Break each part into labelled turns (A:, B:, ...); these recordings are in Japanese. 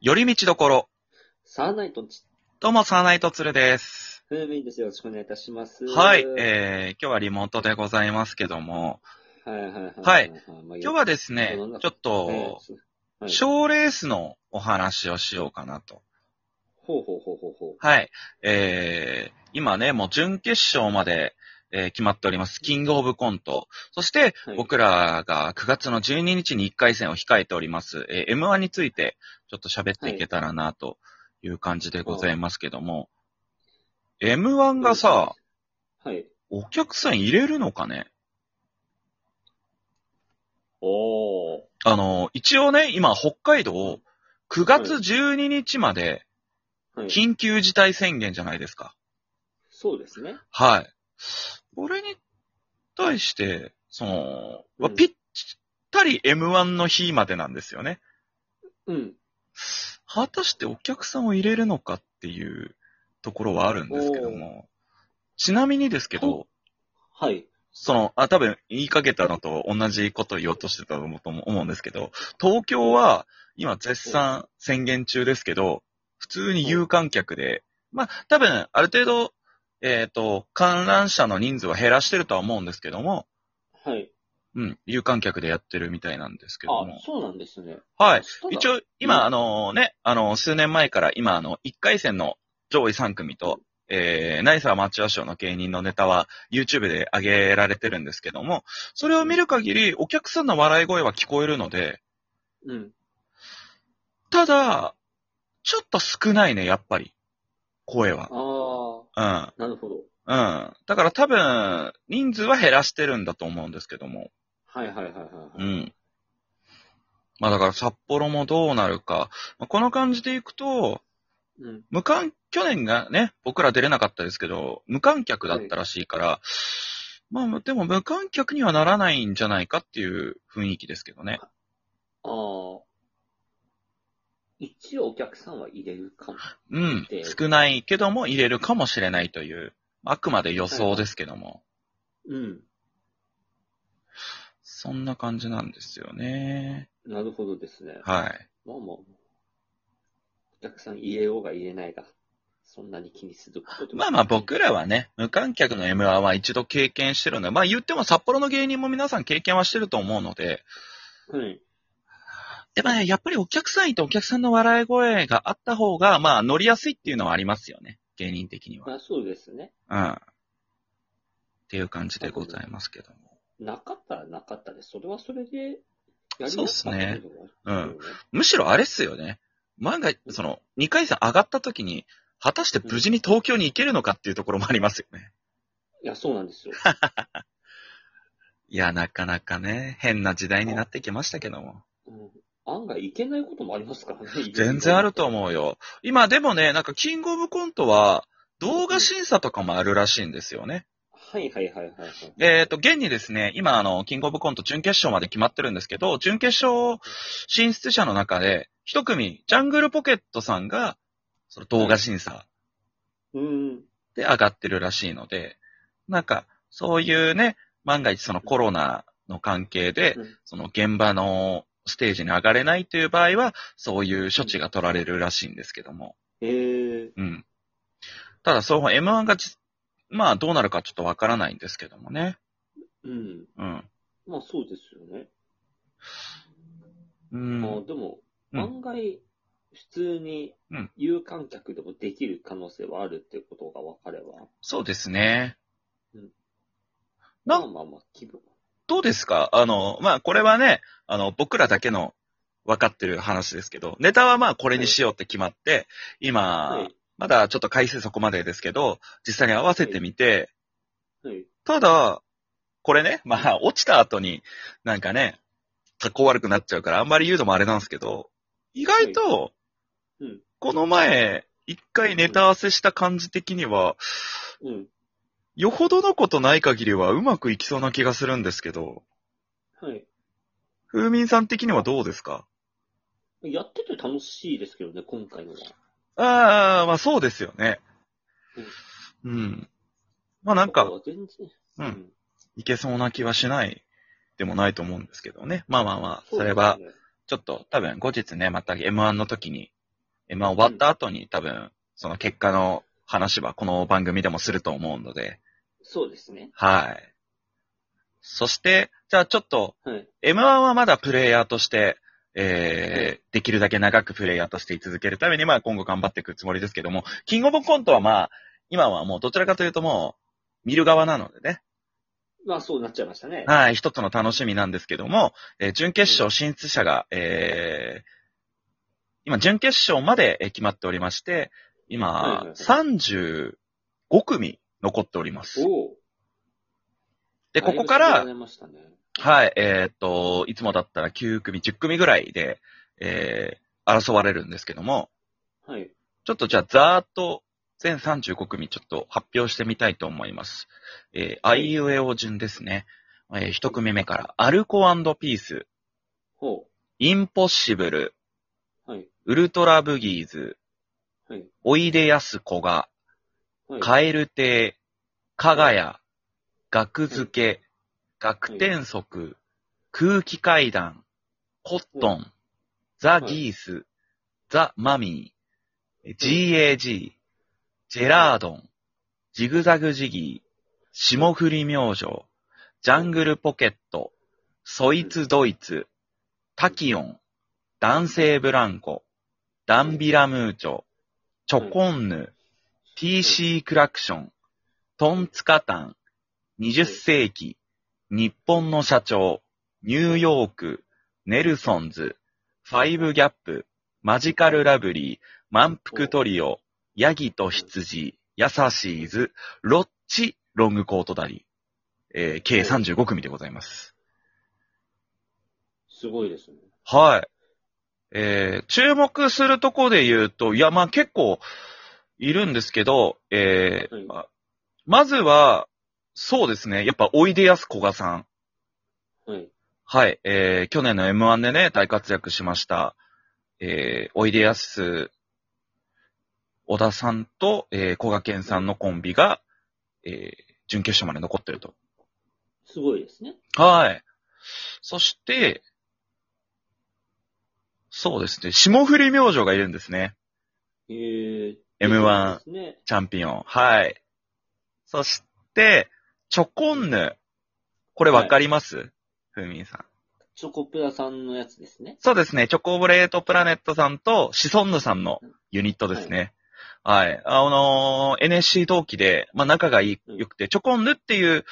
A: 寄り道どころ。
B: サーナイトのち、
A: どうも、サーナイトツルです。
B: ふうみんです。よろしくお願いいたします。
A: はい、えー、今日はリモートでございますけども、
B: はいはいはい。
A: はい
B: まあ
A: 今日はですね
B: そうなんだ、
A: ちょっと、
B: はい
A: 賞レースのお話をしようかなと。
B: ほうほうほうほうほう。
A: はい、えー、今ね、もう準決勝まで、えー決まっております。キングオブコント。そして
B: はい、
A: 僕らが9月の12日に1回戦を控えております。えー M1 について、ちょっと喋っていけたらな、という感じでございますけども、M1 がさ、
B: はい。
A: お客さん入れるのかね
B: おー。
A: あの、一応ね、今、北海道、9月12日まで、
B: はい。
A: 緊急事態宣言じゃないですか。
B: そうですね。
A: はい。これに対して、その、
B: うん
A: まあぴったり M1 の日までなんですよね。
B: うん。
A: 果たしてお客さんを入れるのかっていうところはあるんですけども、ちなみにですけど、
B: はい。
A: その、あ、多分言いかけたのと同じこと言おうとしてたと思うと思うんですけど、東京は今絶賛宣言中ですけど、普通に有観客で、まあ多分ある程度、えっ、と、観覧者の人数は減らしてるとは思うんですけども、
B: はい。
A: うん、有観客でやってるみたいなんですけど
B: あ
A: も、。
B: そうなんですね。
A: はい。
B: ただ。
A: 一応、
B: うん
A: 今、あのね、あの、数年前から今、あの、1回戦の上位3組と、えー、ナイサーマチュア賞の芸人のネタは YouTube で上げられてるんですけども、それを見る限りお客さんの笑い声は聞こえるので、
B: うん。
A: ただ、ちょっと少ないね、やっぱり。声は
B: あ。ー。
A: うん。
B: なるほ
A: う
B: ど。
A: ん。だから多分、人数は減らしてるんだと思うんですけども。
B: はいはいはいはい。
A: う
B: はい
A: ん。まあだから札幌もどうなるか。まあこの感じでいくと、
B: うん。
A: 無観、去年がね、僕ら出れなかったですけど、無観客だったらしいから、まあ、でも無観客にはならないんじゃないかっていう雰囲気ですけどね。
B: あー。一応お客さんは入れるかも。
A: うん
B: で。
A: 少ないけども入れるかもしれないという、あくまで予想ですけども、
B: うん。
A: そんな感じなんですよね。
B: なるほどですね。
A: はい。
B: まあまあ、お客さん入れようが入れないが、そんなに気にすること
A: まあまあ僕らはね、無観客の M1 は一度経験してるので、まあ言っても札幌の芸人も皆さん経験はしてると思うので、
B: はい。
A: でもね、やっぱりお客さんいてお客さんの笑い声があった方が、まあ、乗りやすいっていうのはありますよね。芸人的には。
B: まあそうですね。
A: うん。っていう感じでございますけども。
B: なかったらなかったで、それはそれで、やり
A: そう
B: ま
A: っ
B: す
A: す
B: か
A: ね。
B: う
A: うん。むしろあれっすよね。万が、その、2回戦上がった時に、果たして無事に東京に行けるのかっていうところもありますよね。
B: いや、そうなんです よ。
A: いや、なかなかね、変な時代になってきましたけども。
B: うん、案外いけないこともありま すからね。
A: 全然あると
B: う。
A: 思うよ。今でもね、なんかキングオブコントは、動画審査とかもあるらしいんですよね。
B: はいはいはいはい、はい。
A: えっ、と、現にですね、今、あの、キングオブコント準決勝まで決まってるんですけど、準決勝進出者の中で、一組、ジャングルポケットさんが、その動画審査
B: うん。
A: で上がってるらしいので、なんか、そういうね、万が一そのコロナの関係で
B: うん、
A: その現場のステージに上がれないという場合は、そういう処置が取られるらしいんですけども。
B: えー、
A: うん。ただ、その M1 がじ、まあ、どうなるかちょっとわからないんですけどもね。
B: うん。
A: うん。
B: まあそうですよね。
A: う
B: まあ
A: ん。
B: でも、
A: うん
B: 案外、普通に
A: うん、
B: 有観客でもできる可能性はあるっていうことが分かれば、
A: そうですね。
B: ま
A: な
B: あまあまあ、気分。
A: どうですかあの、まあ、これはね、あの、僕らだけの分かってる話ですけど、ネタはまあ、これにしようって決まって、今、
B: はい。
A: まだちょっと回数そこまでですけど、実際に合わせてみて、
B: はい。
A: ただ、これね、まあ、落ちた後に、なんかね、格好悪くなっちゃうから、あんまり言うのもあれなんですけど、意外と
B: いうん、
A: この前、一回ネタ合わせした感じ的には、
B: うん。
A: よほどのことない限りはうまくいきそうな気がするんですけど、
B: はい。
A: 風民さん的にはどうですか
B: やってて楽しいですけどね、今回のは。
A: ああ、まあそうですよね。うん。まあなん
B: だ
A: か、
B: ら全然。
A: うんいけそうな気はしないでもないと思うんですけどね。まあまあまあ、それ
B: は
A: は、ちょっと多分後日ね、また M1 の時に M1 終わった後に多分、その結果の話はこの番組でもすると思うので、
B: そうですね。
A: はい。そして、じゃあちょっと、
B: はい。
A: M1 はまだプレイヤーとして、えー、できるだけ長くプレイヤーとして居続けるために、まあ今後頑張っていくつもりですけども、キングオブコントはまあ、今はもうどちらかというともう、見る側なのでね、
B: まあそうなっちゃいましたね。
A: はい、一つの楽しみなんですけども、えー準決勝進出者が、えー、今、準決勝までえー決まっておりまして、
B: はいはい
A: 今
B: は、い
A: 35組残っております。
B: お
A: で、ここか
B: だ
A: ら
B: いぶ、違いましたね
A: はい、えーっと、いつもだったら9組、10組ぐらいで、えー、争われるんですけども、
B: はい。
A: ちょっとじゃあ、ざーっと、全35組ちょっと発表してみたいと思います。えー、あ
B: はい
A: いうえお順ですね。えー、1組目から、アルコピース、
B: ほ
A: インポッシブル、
B: う。はい。
A: ウルトラブギーズ、
B: はい。
A: おいでやすこが、
B: はい。
A: カエル亭、かがや、学付け、学天則、空気階段、コットン、ザ・ギース、ザ・マミー、GAG、ジェラードン、ジグザグジギー、霜降り明星、ジャングルポケット、そいつドイツ、タキオン、男性ブランコ、ダンビラムーチョ、チョコンヌ、PC クラクション、トンツカタン、20世紀、日本の社長、ニューヨーク、ネルソンズ、ファイブギャップ、マジカルラブリー、満腹トリオ、ヤギと羊、ヤサシーズ、ロッチ、ロングコートダリ、えー計35組でございます。
B: すごいですね。
A: はい。えー注目するとこで言うと、いや、まあ結構いるんですけど、えー
B: はい
A: まあまずは、そうですね、やっぱおいでやすこがさん。
B: はい。
A: はい、えー去年の M1 でね、大活躍しました。えーおいでやす、小田さんと、えー、小賀健さんのコンビが、えー準決勝まで残ってると。
B: すごいですね。
A: はい。そして、そうですね。霜降り明星がいるんですね。
B: えー、
A: M1
B: ですね。
A: チャンピオン。はい。そして、チョコンヌ。これわかりますふうみんさん。
B: チョコプラさんのやつですね。
A: そうですね。チョコブレートプラネットさんとシソンヌさんのユニットですね。はい。あのー NSC 同期で、まあ、仲がいい、
B: うん
A: 良くて、チョコンヌっていう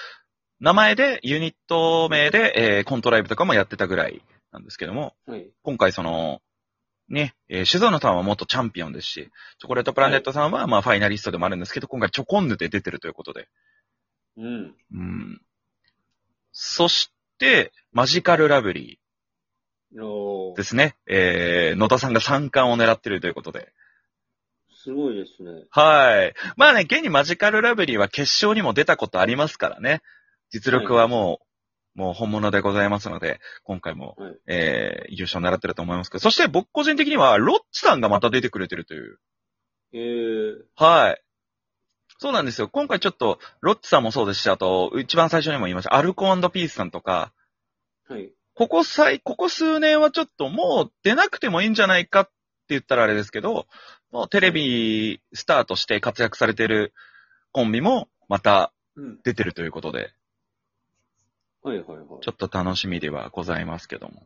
A: 名前で、ユニット名で、えーコントライブとかもやってたぐらいなんですけども、
B: はい。
A: 今回その、ね、えー、シゾンヌさんは元チャンピオンですし、チョコレートプラネットさんは、まあ、ファイナリストでもあるんですけど、今回チョコンヌで出てるということで。
B: うん。
A: うん。そして、マジカルラブリ
B: お
A: ー
B: ー
A: ですね。えー、野田さんが3冠を狙ってるということで。
B: すごいですね。
A: はい。まあね、現にマジカルラブリーは決勝にも出たことありますからね。実力はもう、もう本物でございますので、今回も、
B: はい
A: えー、優勝狙ってると思いますけど、そして僕個人的には、ロッチさんがまた出てくれてるという。
B: えー、
A: はい。そうなんですよ。今回ちょっと、ロッチさんもそうですし、あと、一番最初にも言いました、アルコピースさんとか、
B: はい。
A: ここ最、ここ数年はちょっともう出なくてもいいんじゃないかって言ったらあれですけど、もうテレビスターとして活躍されてるコンビもまた
B: うん。
A: 出てるということで、
B: はいはいはい。
A: ちょっと楽しみではございますけども。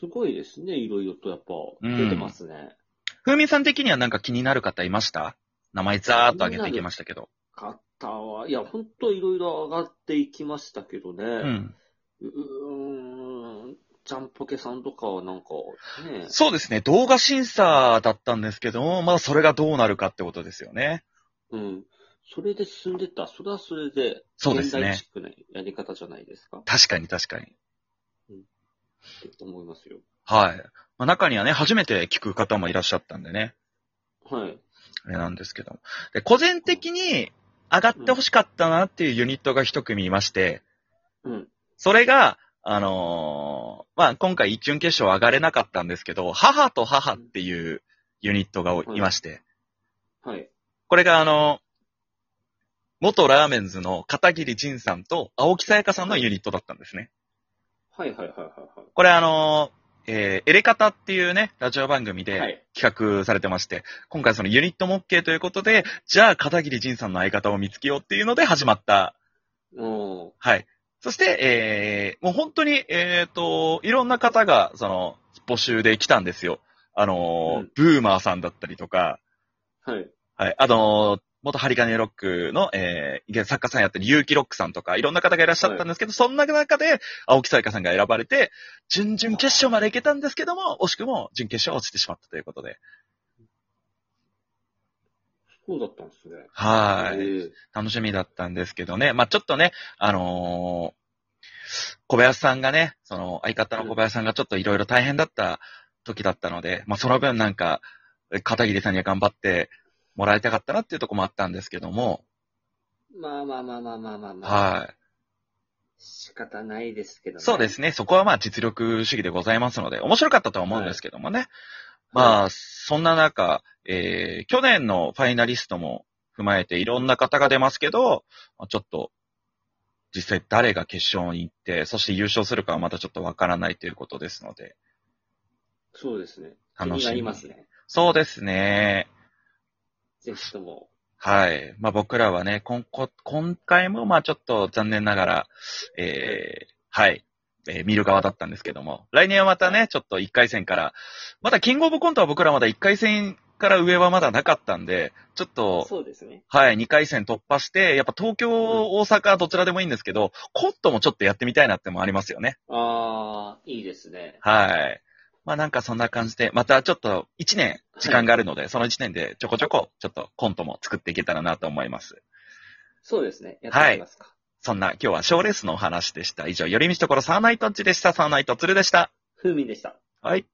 B: すごいですね。いろいろとやっぱ、出てますね。
A: ふうみんさん的にはなんか気になる方いました名前ざーっと上げていきましたけど。
B: 方は、いや、ほんといろいろ上がっていきましたけどね。
A: う。
B: うんーん。ジャンポケさんとかはなんか、ね。
A: そうですね。動画審査だったんですけども、まあそれがどうなるかってことですよね。
B: うん。それで進んでった。それはそれで、
A: そうですね
B: 現代チックなやり方じゃないですかっ
A: 確かに確かに。
B: て思いますよ。
A: はい。まあ、中にはね、初めて聞く方もいらっしゃったんでね。
B: はい。
A: あれなんですけども。で、個人的に上がってほしかったなっていうユニットが一組いまして、
B: うん。
A: それが、あのーまあ、今回一準決勝上がれなかったんですけど、母と母っていうユニットがおいまして、
B: はい。
A: これがあの元ラーメンズの片桐仁さんと青木さやかさんのユニットだったんですね。
B: はいはいはいはいはい。
A: これあのーえー、エレカタっていうね、ラジオ番組
B: は
A: で
B: い。
A: 企画されてまして、今回そのユニット模型ということで、じゃあ片桐仁さんの相方を見つけようっていうので始まった。
B: うん。
A: はい。そして、えー、もう本当に、えっ、と、いろんな方が、その、募集で来たんですよ。あのー、
B: うん
A: ブーマーさんだったりとか、
B: はい。
A: はい。あのー元ハリカネロックの、えー、作家さんやったり、結城ロックさんとか、いろんな方がいらっしゃったんですけど、そんな中で、青木さやかさんが選ばれて、準々決勝まで行けたんですけども、惜しくも準決勝は落ちてしまったということで。
B: そうだったんですね。
A: は
B: え
A: い。
B: ー
A: 楽しみだったんですけどね。まあ、ちょっとね、あのー小林さんがね、その、相方の小林さんがちょっといろいろ大変だった時だったので、まあ、その分なんか、片桐さんには頑張ってもらいたかったなっていうところもあったんですけども、
B: まあまあまあまあまあまあまあ。
A: はい。
B: 仕方ないですけどね。
A: そうですね。そこはまあ実力主義でございますので、面白かったとは思うんですけどもね。まあ、そんな中、えー、去年のファイナリストも踏まえていろんな方が出ますけど、まあちょっと、実際誰が決勝に行って、そして優勝するかはまたちょっとわからないということですので。
B: そうですね。気
A: 楽しみ
B: になりますね。
A: そうですね。
B: ぜひとも。
A: はい。まあ僕らはね、今こ今回もまあちょっと残念ながら、えー、はい、えー見る側だったんですけども、来年はまたね、ちょっと1回戦から、まだキングオブコントは僕らまだ1回戦から上はまだなかったんで、ちょっと、
B: そうですね。
A: はい、2回戦突破して、やっぱ東京、大阪、どちらでもいいんですけど、コントもちょっとやってみたいなってもありますよね。
B: ああ、いいですね。
A: はい。まあなんかそんな感じで、またちょっと1年時間があるので、その1年でちょこちょこ、ちょっとコントも作っていけたらなと思います。
B: そうですね。やってみますか。
A: そんな、今日は賞レースのお話でした。以上、寄り道ところサーナイトッチでした。サーナイトツルでした。
B: 風味でした。
A: はい。